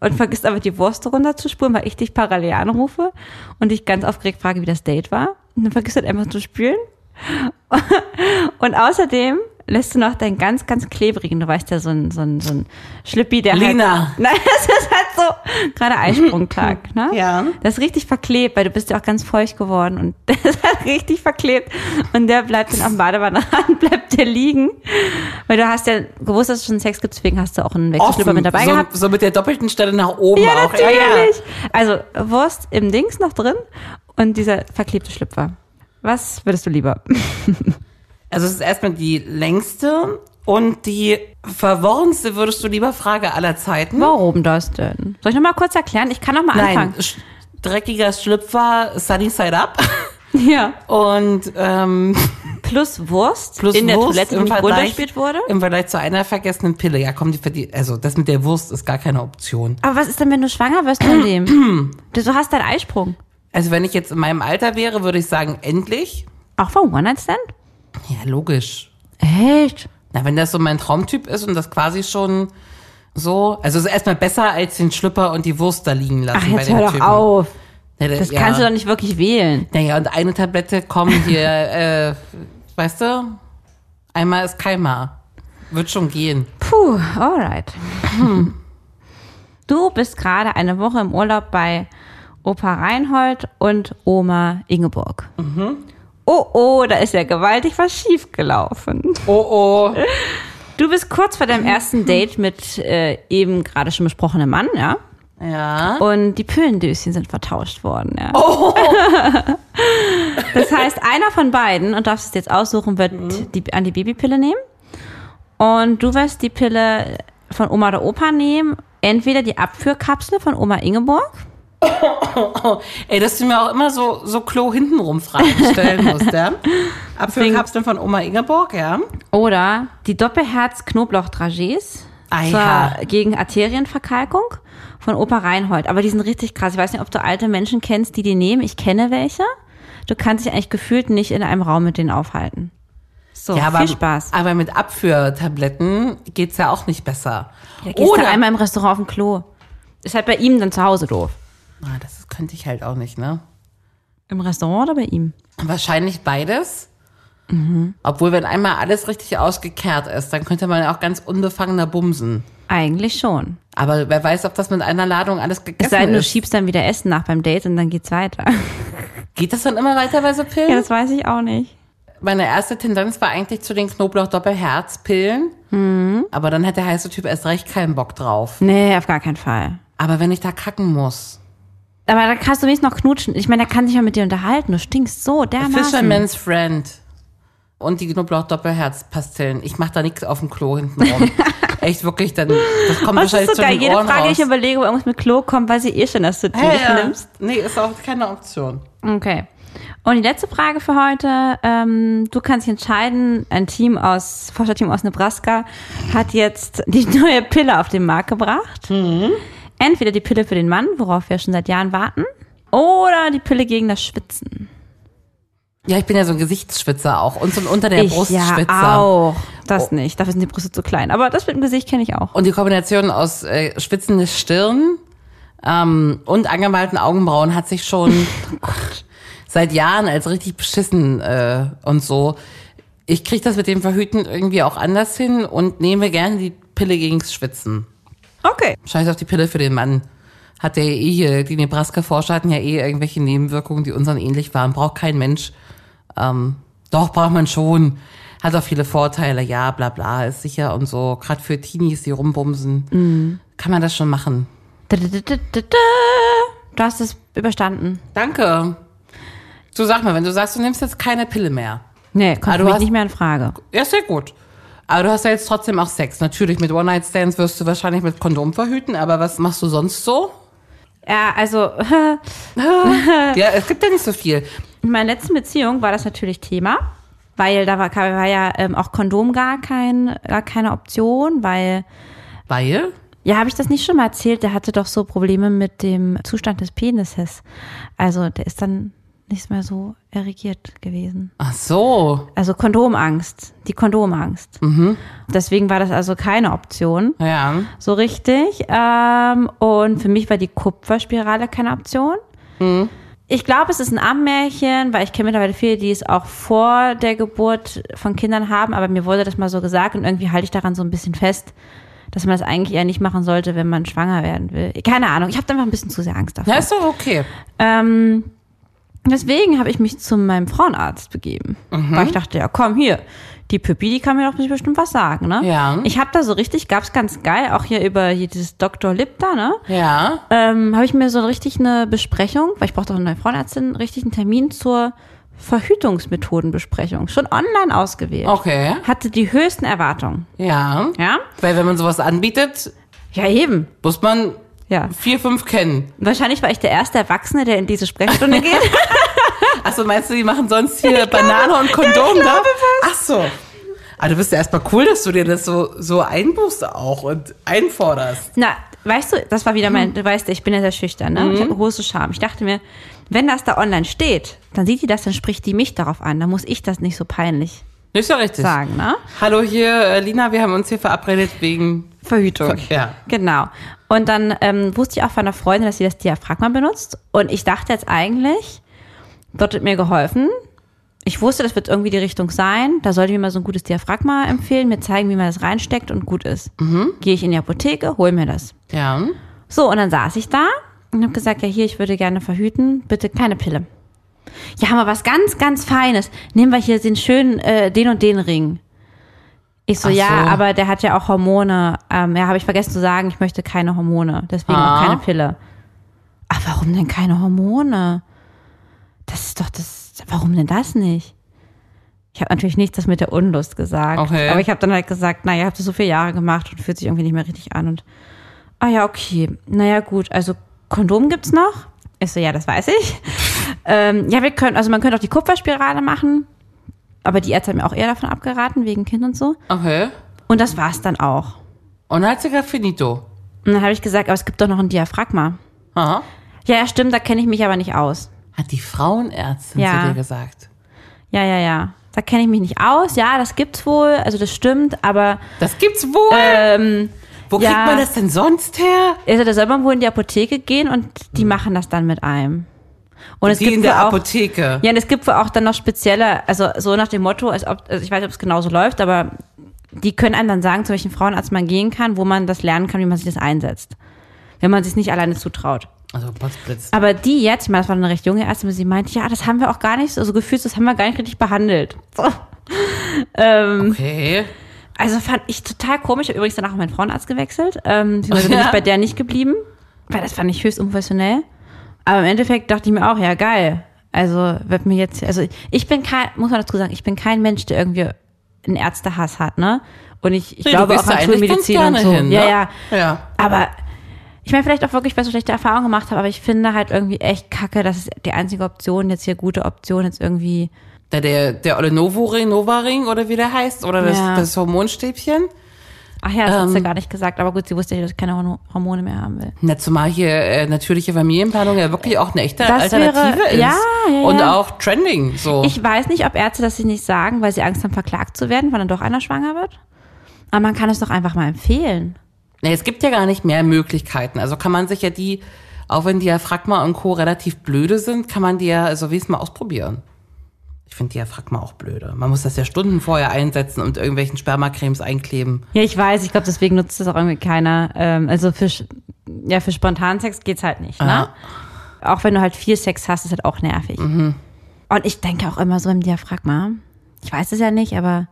und vergisst aber die Wurst runterzuspulen, weil ich dich parallel anrufe und dich ganz aufgeregt frage, wie das Date war. Und dann vergisst du halt einfach zu spülen. Und außerdem lässt du noch deinen ganz, ganz klebrigen, du weißt ja, so ein, so ein, so ein Schlippi, der
Lina.
halt... Nein, es ist halt so gerade Eisprungtag, ne?
Ja.
Das ist richtig verklebt, weil du bist ja auch ganz feucht geworden und das ist halt richtig verklebt. Und der bleibt dann am Badewannenrand, bleibt der liegen. Weil du hast ja gewusst, dass es schon Sex gibt, deswegen hast du auch einen Wechselschlüpper
Offen.
mit dabei
so,
gehabt.
so mit der doppelten Stelle nach oben
Ja,
auch.
natürlich.
Ja, ja.
Also Wurst im Dings noch drin und dieser verklebte Schlüpfer. Was würdest du lieber?
Also es ist erstmal die längste und die verworrenste, würdest du lieber, Frage aller Zeiten.
Warum das denn? Soll ich nochmal kurz erklären? Ich kann nochmal
Nein,
anfangen.
sch- dreckiger Schlüpfer, sunny side up
Ja.
und ähm,
plus Wurst
Plus
in der
Wurst
Toilette
im
nicht
Vergleich-
runtergespielt wurde.
Im Vergleich zu einer vergessenen Pille. Ja, komm, die verdient. Also, das mit der Wurst ist gar keine Option.
Aber was ist denn, wenn du schwanger wirst von dem? du so hast deinen Eisprung.
Also, wenn ich jetzt in meinem Alter wäre, würde ich sagen, endlich.
Auch vom One-Night-Stand?
Ja, logisch.
Echt?
Na, wenn das so mein Traumtyp ist und das quasi schon so. Also, es ist erstmal besser, als den Schlüpper und die Wurst da liegen lassen.
Ach,
bei
jetzt
dem
hör doch
Typen.
auf.
Ja,
Das kannst du doch nicht wirklich wählen.
Naja, und eine Tablette, komm hier, äh, weißt du, einmal ist keinmal. Wird schon gehen.
Puh, alright. Hm. Du bist gerade eine Woche im Urlaub bei Opa Reinhold und Oma Ingeborg. Oh, oh, da ist ja gewaltig was schiefgelaufen.
Oh oh.
Du bist kurz vor deinem ersten Date mit äh, eben gerade schon besprochenem Mann, ja?
Ja.
Und die Pillendöschen sind vertauscht worden, ja. Oh. das heißt, einer von beiden, und darfst es jetzt aussuchen, wird die, an die Babypille nehmen. Und du wirst die Pille von Oma oder Opa nehmen. Entweder die Abführkapsel von Oma Ingeborg.
Ey, dass du mir auch immer so, so Klo hintenrum Fragen stellen musst, ja? Apfelkapseln von Oma Ingeborg, ja?
Oder die Doppelherz-Knoblauch-Dragés
Ah,
zur-
ja.
gegen Arterienverkalkung von Opa Reinhold. Aber die sind richtig krass. Ich weiß nicht, ob du alte Menschen kennst, die die nehmen. Ich kenne welche. Du kannst dich eigentlich gefühlt nicht in einem Raum mit denen aufhalten. So,
ja, aber,
viel Spaß.
Aber mit Abführtabletten geht's ja auch nicht besser.
Ja, gehst du einmal im Restaurant auf dem Klo. Ist halt bei ihm dann zu Hause doof.
Ah, das könnte ich halt auch nicht, ne?
Im Restaurant oder bei ihm?
Wahrscheinlich beides.
Mhm.
Obwohl, wenn einmal alles richtig ausgekehrt ist, dann könnte man ja auch ganz unbefangener bumsen.
Eigentlich schon.
Aber wer weiß, ob das mit einer Ladung alles gegessen
Es sei denn, du
ist.
schiebst dann wieder Essen nach beim Date und dann geht's weiter.
Geht das dann immer weiter bei so Pillen?
Ja, das weiß ich auch nicht.
Meine erste Tendenz war eigentlich zu den Knoblauch-Doppelherz-Pillen.
Mhm.
Aber dann hat der heiße Typ erst recht keinen Bock drauf.
Nee, auf gar keinen Fall.
Aber wenn ich da kacken muss.
Aber da kannst du wenigstens noch knutschen. Ich meine, der kann sich ja mit dir unterhalten. Du stinkst so dermaßen.
Fisherman's Friend. Und die Knoblauch-Doppelherz-Pastillen. Ich mach da nichts auf dem Klo hintenrum. Echt wirklich, dann, das kommt
Das
wahrscheinlich
ist
zu
sogar
den
jede
Ohren
Frage, die
raus.
ich überlege, ob irgendwas mit Klo kommt, weil sie eh schon das zu tun
Ja, ja.
nimmst.
Nee, ist auch keine Option.
Okay. Und die letzte Frage für heute. Ähm, du kannst dich entscheiden, ein Team aus, Forscherteam aus Nebraska hat jetzt die neue Pille auf den Markt gebracht.
Mhm.
Entweder die Pille für den Mann, worauf wir schon seit Jahren warten, oder die Pille gegen das Schwitzen.
Ja, ich bin ja so ein Gesichtsschwitzer auch. Und so ein unter der Oh. Brust
ja auch. Das nicht. Dafür sind die Brüste zu klein. Aber das mit dem Gesicht kenne ich auch.
Genau. Und die Kombination aus äh, schwitzende Stirn ähm, und angemalten Augenbrauen hat sich schon seit Jahren als richtig beschissen äh, und so. Ich kriege das mit dem Verhüten irgendwie auch anders hin und nehme gerne die Pille gegens Schwitzen.
Okay.
Scheiß auf die Pille für den Mann. Hat der ja eh hier, die Nebraska-Forscher hatten ja eh irgendwelche Nebenwirkungen, die unseren ähnlich waren. Braucht kein Mensch. Ähm, doch, braucht man schon. Hat auch viele Vorteile, ja, bla bla, ist sicher und so. Gerade für Teenies, die rumbumsen, kann man das schon machen.
Da, da, da, da, da. Du hast es überstanden.
Danke. Du sag mal, wenn du sagst, du nimmst jetzt keine Pille mehr.
Nee, kommt
Ah, du
für mich
hast-
nicht mehr in Frage.
Ja, sehr gut. Aber du hast ja jetzt trotzdem auch Sex. Natürlich, mit One-Night-Stands wirst du wahrscheinlich mit Kondom verhüten, aber was machst du sonst so?
Ja, also
Ja, es gibt ja nicht so viel.
in meiner letzten Beziehung war das natürlich Thema, weil da war, war ja ähm, auch Kondom gar, kein, gar keine Option, weil,
Weil?
ja, habe ich das nicht schon mal erzählt, der hatte doch so Probleme mit dem Zustand des Penises. Also der ist dann nicht mehr so erregiert gewesen.
Ach so.
Also Kondomangst, die Kondomangst. Deswegen war das also keine Option.
Ja.
So richtig. Ähm, und für mich war die Kupferspirale keine Option.
Mhm.
Ich glaube, es ist ein Ammärchen, weil ich kenne mittlerweile viele, die es auch vor der Geburt von Kindern haben, aber mir wurde das mal so gesagt und irgendwie halte ich daran so ein bisschen fest, dass man das eigentlich eher nicht machen sollte, wenn man schwanger werden will. Keine Ahnung, ich habe da einfach ein bisschen zu sehr Angst davor.
Ja, ist doch okay.
Ähm, deswegen habe ich mich zu meinem Frauenarzt begeben.
Mhm.
Weil ich dachte, ja komm, hier, die Pippi, die kann mir doch bestimmt was sagen, ne?
Ja.
Ich habe da so richtig, gab's ganz geil, auch hier über hier dieses Dr. Lip da, ne?
Ja.
Ähm, habe ich mir so richtig eine Besprechung, weil ich brauchte auch eine neue Frauenärztin, richtig einen Termin zur Verhütungsmethodenbesprechung. Schon online ausgewählt.
Okay.
Hatte die höchsten Erwartungen,
Ja.
ja?
Weil wenn man sowas anbietet,
Ja, eben.
muss man
Ja.
vier, fünf kennen.
Wahrscheinlich war ich der erste Erwachsene, der in diese Sprechstunde geht.
Achso, meinst du, die machen sonst hier Banane und Kondom
ja, ich
da?
glaube was.
Achso. Aber du bist ja erstmal cool, dass du dir das so, so einbuchst auch und einforderst.
Na, weißt du, das war wieder mein, du weißt, ich bin ja sehr schüchtern, ne? Ich habe große Scham. Ich dachte mir, wenn das da online steht, dann sieht die das, dann spricht die mich darauf an. Dann muss ich das nicht so peinlich
Nicht so richtig.
sagen, ne?
Hallo hier, äh, Lina, wir haben uns hier verabredet wegen.
Verhütung.
Ver- ja.
Genau. Und dann ähm, wusste ich auch von einer Freundin, dass sie das Diaphragma benutzt. Und ich dachte jetzt eigentlich, dort hat mir geholfen. Ich wusste, das wird irgendwie die Richtung sein. Da sollte ich mir mal so ein gutes Diaphragma empfehlen, mir zeigen, wie man das reinsteckt und gut ist.
Mhm.
Gehe ich in die Apotheke, hol mir das.
Ja.
So, und dann saß ich da und habe gesagt, ja hier, ich würde gerne verhüten, bitte keine Pille. Ja, haben wir was ganz, ganz Feines. Nehmen wir hier den schönen, äh, den und den Ring. Ich so,
Ach
ja,
so.
aber der hat ja auch Hormone. Ähm, ja, habe ich vergessen zu sagen, ich möchte keine Hormone, deswegen
Ah.
auch keine Pille. Ach, warum denn keine Hormone? Das ist doch das, warum denn das nicht? Ich habe natürlich nichts das mit der Unlust gesagt,
Okay.
aber ich habe dann halt gesagt, naja, habt ihr so viele Jahre gemacht und fühlt sich irgendwie nicht mehr richtig an und ah ja, okay. Naja, gut, also Kondom gibt's noch? Ich so, ja, das weiß ich. ähm, ja, wir können, also man könnte auch die Kupferspirale machen, aber die Ärzte haben mir auch eher davon abgeraten, wegen Kind und so.
Okay.
Und das war's dann auch.
Und dann hat sie gesagt, finito.
Und dann habe ich gesagt, aber es gibt doch noch ein Diaphragma.
Aha.
Ja, ja, stimmt, da kenne ich mich aber nicht aus.
Hat die Frauenärztin
Ja.
zu dir gesagt.
Ja, ja, ja. Da kenne ich mich nicht aus. Ja, das gibt's wohl, also das stimmt, aber
Das gibt's wohl.
ähm,
Wo
ja.
kriegt man das denn sonst her?
also da soll man wohl in die Apotheke gehen und die machen das dann mit einem. Und es
Mhm. die
gibt
in der
wohl auch,
Apotheke.
Ja, und es gibt wohl auch dann noch spezielle, also so nach dem Motto, als ob, also ich weiß nicht, ob es genauso läuft, aber die können einem dann sagen, zu welchem Frauenarzt man gehen kann, wo man das lernen kann, wie man sich das einsetzt. Wenn man sich nicht alleine zutraut.
Also Potzblitz.
Aber die jetzt, ich meine, das war eine recht junge Ärztin, aber sie meinte, ja, das haben wir auch gar nicht so, so gefühlt, das haben wir gar nicht richtig behandelt. So.
Okay.
Also fand ich total komisch. Ich habe übrigens danach auch meinen Frauenarzt gewechselt. Ähm, beziehungsweise bin
Ja.
ich bei der nicht geblieben, weil das fand ich höchst unprofessionell. Aber im Endeffekt dachte ich mir auch, ja geil. Also wird mir jetzt, also ich bin kein, muss man dazu sagen, ich bin kein Mensch, der irgendwie einen Ärztehass hat, ne? Und ich, ich
Nee, du
glaube
gehst
auch
da
an
eigentlich
Schulmedizin
ganz
und
gerne
so.
hin, ne?
ja, ja,
Ja.
Aber ich meine, vielleicht auch wirklich, weil ich so schlechte Erfahrungen gemacht habe, aber ich finde halt irgendwie echt kacke, dass es die einzige Option, jetzt hier gute Option, jetzt irgendwie
Der, der, der olle Novoring, Novaring oder wie der heißt, oder das,
Ja.
das Hormonstäbchen.
Ach ja, das hat sie
Ähm.
gar nicht gesagt, aber gut, sie wusste ja, dass ich keine Horno- Hormone mehr haben will.
Na, zumal hier äh, natürliche Familienplanung ja wirklich auch eine echte
Das
Alternative
wäre-
ist.
ja, ja,
Und
ja.
auch trending, so.
Ich weiß nicht, ob Ärzte das sich nicht sagen, weil sie Angst haben, verklagt zu werden, weil dann doch einer schwanger wird. Aber man kann es doch einfach mal empfehlen.
Nee, es gibt ja gar nicht mehr Möglichkeiten. Also kann man sich ja die, auch wenn Diaphragma und Co. relativ blöde sind, kann man die ja so wenigstens mal ausprobieren. Ich finde Diaphragma auch blöde. Man muss das ja Stunden vorher einsetzen und irgendwelchen Spermacremes einkleben.
Ja, ich weiß, ich glaube, deswegen nutzt das auch irgendwie keiner. Ähm, also für, sch- ja, für Spontansex geht's halt nicht, ne? Auch wenn du halt viel Sex hast, ist halt auch nervig. Und ich denke auch immer so im Diaphragma. Ich weiß es ja nicht, aber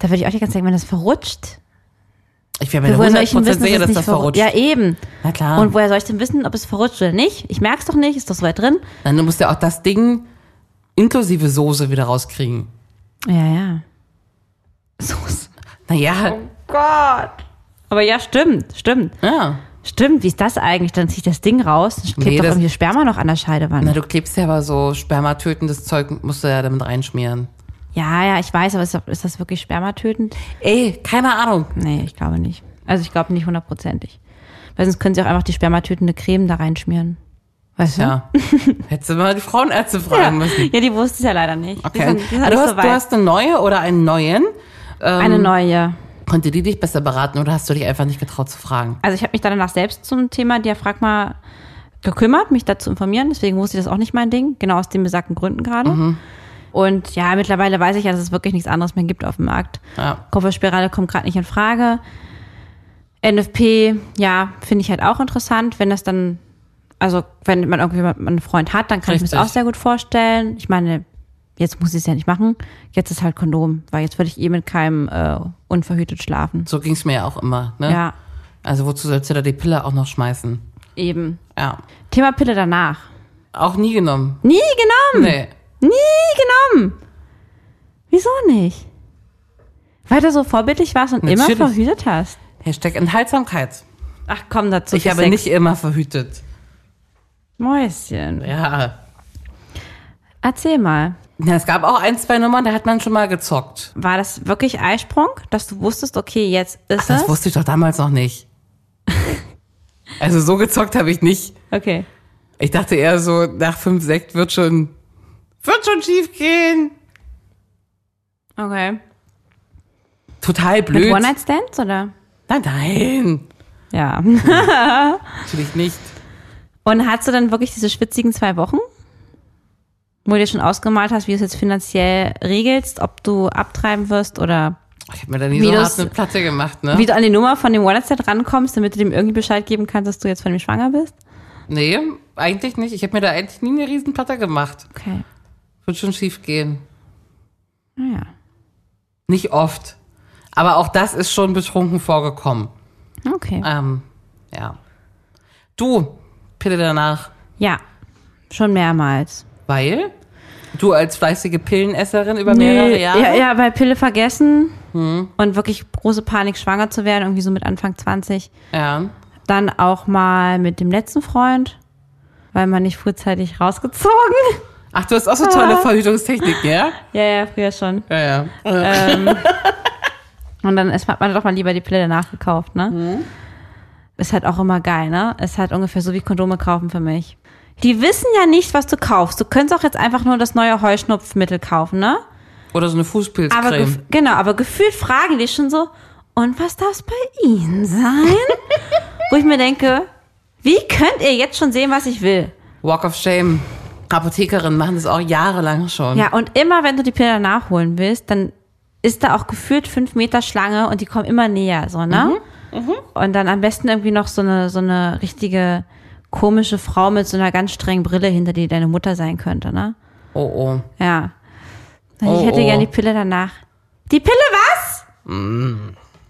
da würde ich auch die ganze Zeit, wenn das verrutscht,
Ich wäre mir
woher soll ich
100%
denn wissen, dass Ah.
sicher,
es
dass
nicht
das
verru-
verrutscht.
Ja, eben.
Na klar.
Und woher soll ich denn wissen, ob es verrutscht oder nicht? Ich merk's doch nicht, ist doch so weit drin.
Dann musst du ja auch das Ding inklusive Soße wieder rauskriegen.
Ja, ja. Soße.
Naja,
Gott. Aber ja, stimmt, stimmt.
ja.
Stimmt, wie ist das eigentlich? Dann ziehe ich das Ding raus, dann klebt
Nee,
doch
das-
irgendwie Sperma noch an der Scheidewand.
Na, du klebst ja aber so spermatötendes Zeug, musst du ja damit reinschmieren.
ja, ja, ich weiß, aber ist, ist das wirklich spermatötend?
Ey, keine Ahnung.
Nee, ich glaube nicht. Also ich glaube nicht hundertprozentig. Weil sonst können sie auch einfach die spermatötende Creme da reinschmieren. Weißt du?
Ja. Hättest du mal die Frauenärzte fragen müssen.
Ja, die wusste es ja leider nicht. Die
Okay.
sind, die sind
Ah, du,
nicht
hast,
so
du
weit.
hast ähm, eine neue oder einen neuen.
eine neue.
Konnte die dich besser beraten oder hast du dich einfach nicht getraut zu fragen?
Also ich habe mich dann danach selbst zum Thema Diaphragma gekümmert, mich dazu informieren. Deswegen wusste ich das auch nicht mein Ding, genau aus den besagten Gründen gerade.
Mhm.
Und ja, mittlerweile weiß ich ja, dass es wirklich nichts anderes mehr gibt auf dem Markt.
Ja.
Kupferspirale kommt gerade nicht in Frage. NFP, ja, finde ich halt auch interessant, wenn das dann, also wenn man irgendwie mal einen Freund hat, dann kann ich mir das
Richtig.
auch sehr gut vorstellen. Ich meine, jetzt muss ich es ja nicht machen. Jetzt ist halt Kondom, weil jetzt würde ich eh mit keinem äh, unverhütet schlafen.
So ging's mir ja auch immer. Ne?
Ja,
Also wozu sollst du da die Pille auch noch schmeißen?
eben.
Ja.
Thema Pille danach.
Auch nie genommen.
Nie genommen.
Nee.
Nie genommen. Wieso nicht? Weil du so vorbildlich warst und
Natürlich.
immer verhütet hast.
Hashtag Enthaltsamkeit.
Ach komm dazu.
Ich habe nicht immer verhütet.
Mäuschen.
Ja.
Erzähl mal.
Na, es gab auch ein, zwei Nummern, da hat man schon mal gezockt.
War das wirklich Eisprung, dass du wusstest, okay, jetzt ist
Das
es?
wusste ich doch damals noch nicht. also so gezockt habe ich nicht.
Okay.
Ich dachte eher so, nach fünf, sechs wird schon, wird schon schief gehen.
Okay.
Total
Mit
blöd.
One-Night-Stands oder?
nein, nein,
Ja.
natürlich nicht.
Und hattest du dann wirklich diese schwitzigen zwei Wochen? Wo du dir schon ausgemalt hast, wie du es jetzt finanziell regelst, ob du abtreiben wirst oder
Ich habe mir da nie
Wie
so
das-
hart eine Platte gemacht, ne?
wie du an die Nummer von dem One-Night-Stand rankommst, damit du dem irgendwie Bescheid geben kannst, dass du jetzt von ihm schwanger bist?
Nee, eigentlich nicht. Ich habe mir da eigentlich nie eine Riesenplatte gemacht.
Okay.
Wird schon schief gehen.
Naja.
Nicht oft. Aber auch das ist schon betrunken vorgekommen.
Okay.
Ähm, ja. Du, Pille danach.
Ja. Schon mehrmals.
Weil? Du als fleißige Pillenesserin über mehrere Jahre? Hm.
Ja, ja, bei Pille vergessen und wirklich große Panik, schwanger zu werden, irgendwie so mit Anfang 20.
ja.
Dann auch mal mit dem letzten Freund, weil man nicht frühzeitig rausgezogen.
Ach, du hast auch so tolle Verhütungstechniken, ja?
ja, ja, früher schon. Ähm,
Ja, ja.
Und dann ist, hat man doch mal lieber die Pille danach gekauft, ne? Ist halt auch immer geil, ne? Ist halt ungefähr so wie Kondome kaufen für mich. Die wissen ja nicht, was du kaufst. Du könntest auch jetzt einfach nur das neue Heuschnupfmittel kaufen, ne?
Oder so eine
Aber
Fußpilzcreme.
gef- genau, aber gefühlt fragen die schon so, und was darf es bei Ihnen sein? Wo ich mir denke, wie könnt ihr jetzt schon sehen, was ich will?
Walk of Shame. Apothekerinnen machen das auch jahrelang schon.
Ja, und immer wenn du die Pille nachholen willst, dann ist da auch gefühlt fünf Meter Schlange und die kommen immer näher, so, ne?
Mhm,
Und dann am besten irgendwie noch so eine, so eine richtige komische Frau mit so einer ganz strengen Brille, hinter die deine Mutter sein könnte, ne?
Oh, oh.
Ja. Ich
Oh,
hätte
oh.
gern die Pille danach. Die Pille was?
Mm.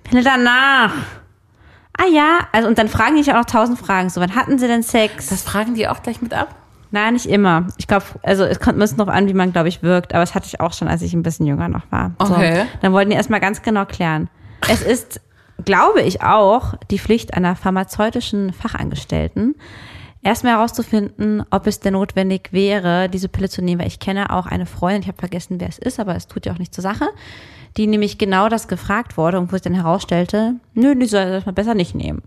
Pille danach. Ah ja, also und dann fragen die dich auch noch tausend Fragen. So, wann hatten sie denn Sex?
Das fragen die auch gleich mit ab?
Nein, nicht immer. Ich glaube, also es kommt ein bisschen drauf an, wie man, glaube ich, wirkt. Aber das hatte ich auch schon, als ich ein bisschen jünger noch war.
Okay.
So, dann wollten die erstmal ganz genau klären. Es ist, glaube ich, auch die Pflicht einer pharmazeutischen Fachangestellten, erstmal herauszufinden, ob es denn notwendig wäre, diese Pille zu nehmen. Weil ich kenne auch eine Freundin, ich habe vergessen, wer es ist, aber es tut ja auch nicht zur Sache, die nämlich genau das gefragt wurde und wo ich dann herausstellte, nö, die soll das mal besser nicht nehmen.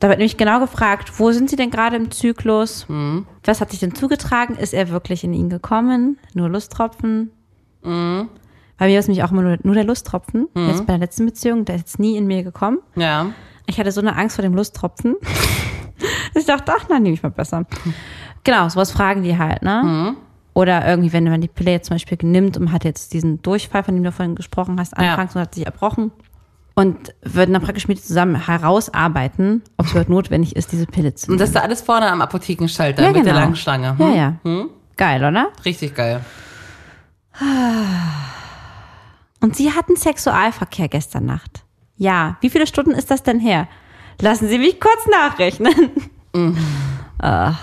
Da wird nämlich genau gefragt, wo sind Sie denn gerade im Zyklus? Was hat sich denn zugetragen? Ist er wirklich in ihn gekommen? Nur Lusttropfen? Bei mir war es nämlich auch immer nur, nur der Lusttropfen. Jetzt bei der letzten Beziehung, der ist jetzt nie in mir gekommen.
Ja.
Ich hatte so eine Angst vor dem Lusttropfen. dass ich dachte, ach, nein, nehme ich mal besser. Genau, sowas fragen die halt, ne? Oder irgendwie, wenn man die Pille jetzt zum Beispiel nimmt und hat jetzt diesen Durchfall, von dem du vorhin gesprochen hast,
Ja.
anfangs und hat sich erbrochen. Und würden dann praktisch mit dir zusammen herausarbeiten, ob es überhaupt notwendig ist, diese Pille zu
Und
nehmen.
das ist da alles vorne am Apothekenschalter
Ja,
mit der Hm?
genau.
langen Schlange.
Ja, ja. Geil, oder?
Richtig geil.
Und Sie hatten Sexualverkehr gestern Nacht. Ja, wie viele Stunden ist das denn her? Lassen Sie mich kurz nachrechnen.
Mhm.
Ach,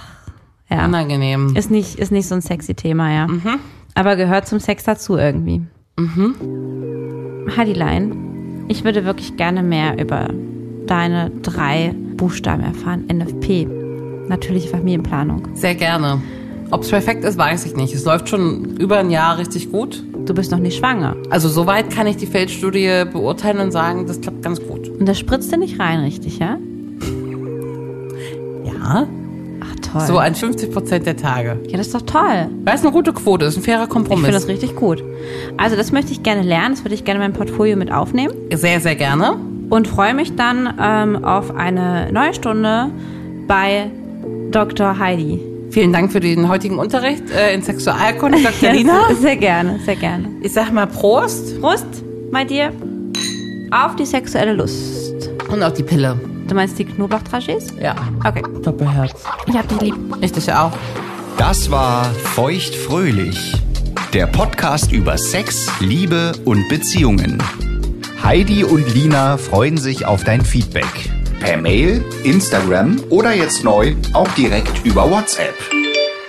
ja.
Unangenehm.
Ist nicht, ist nicht so ein sexy Thema, ja.
Mhm.
Aber gehört zum Sex dazu irgendwie. Mhm. Hadilein, ich würde wirklich gerne mehr über deine drei Buchstaben erfahren. NFP. Natürliche Familienplanung.
Sehr gerne. Ob es perfekt ist, weiß ich nicht. Es läuft schon über ein Jahr richtig gut.
Du bist noch nicht schwanger.
Also soweit kann ich die Feldstudie beurteilen und sagen, das klappt ganz gut.
Und das spritzt dir nicht rein, richtig, ja?
Ja.
Ach, toll.
So an 50 Prozent der Tage.
ja, das ist doch toll.
Weil es eine gute Quote ist, ein fairer
Ich
Kompromiss.
finde das richtig gut. Also das möchte ich gerne lernen, das würde ich gerne in mein Portfolio mit aufnehmen
sehr, sehr gerne.
und freue mich dann ähm, auf eine neue Stunde bei Dr. Heidi.
Vielen Dank für den heutigen Unterricht äh, in Sexualkunde, Dr. Lina.
Ja, sehr gerne, sehr gerne.
Ich sag mal Prost
Prost, mein dir, auf die sexuelle Lust.
und auch die Pille.
Du meinst die Knoblauchtragés?
Ja.
Okay,
Doppelherz.
ich hab dich lieb.
Ich dich auch.
Das war Feuchtfröhlich, der Podcast über Sex, Liebe und Beziehungen. Heidi und Lina freuen sich auf dein Feedback. Per Mail, Instagram oder jetzt neu auch direkt über WhatsApp.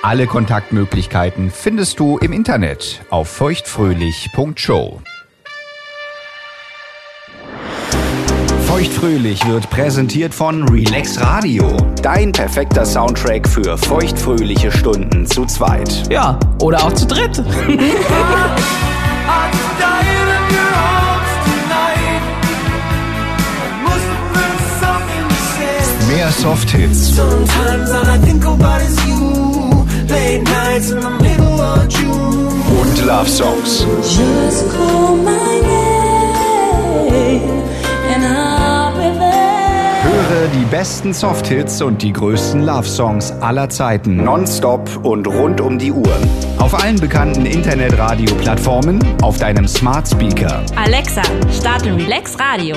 Alle Kontaktmöglichkeiten findest du im Internet auf feuchtfröhlich.show. Feuchtfröhlich wird präsentiert von Relax Radio. Dein perfekter Soundtrack für feuchtfröhliche Stunden zu zweit.
Ja, oder auch zu dritt.
Mehr Soft-Hits,
Sometimes all I think about is you. Late nights in the middle of June.
und Love Songs.
Just call my name and I'll be there.
Höre die besten Soft-Hits und die größten Love-Songs aller Zeiten. Nonstop und rund um die Uhr. Auf allen bekannten Internetradio-Plattformen, auf deinem Smart Speaker
Alexa, starte Relax Radio.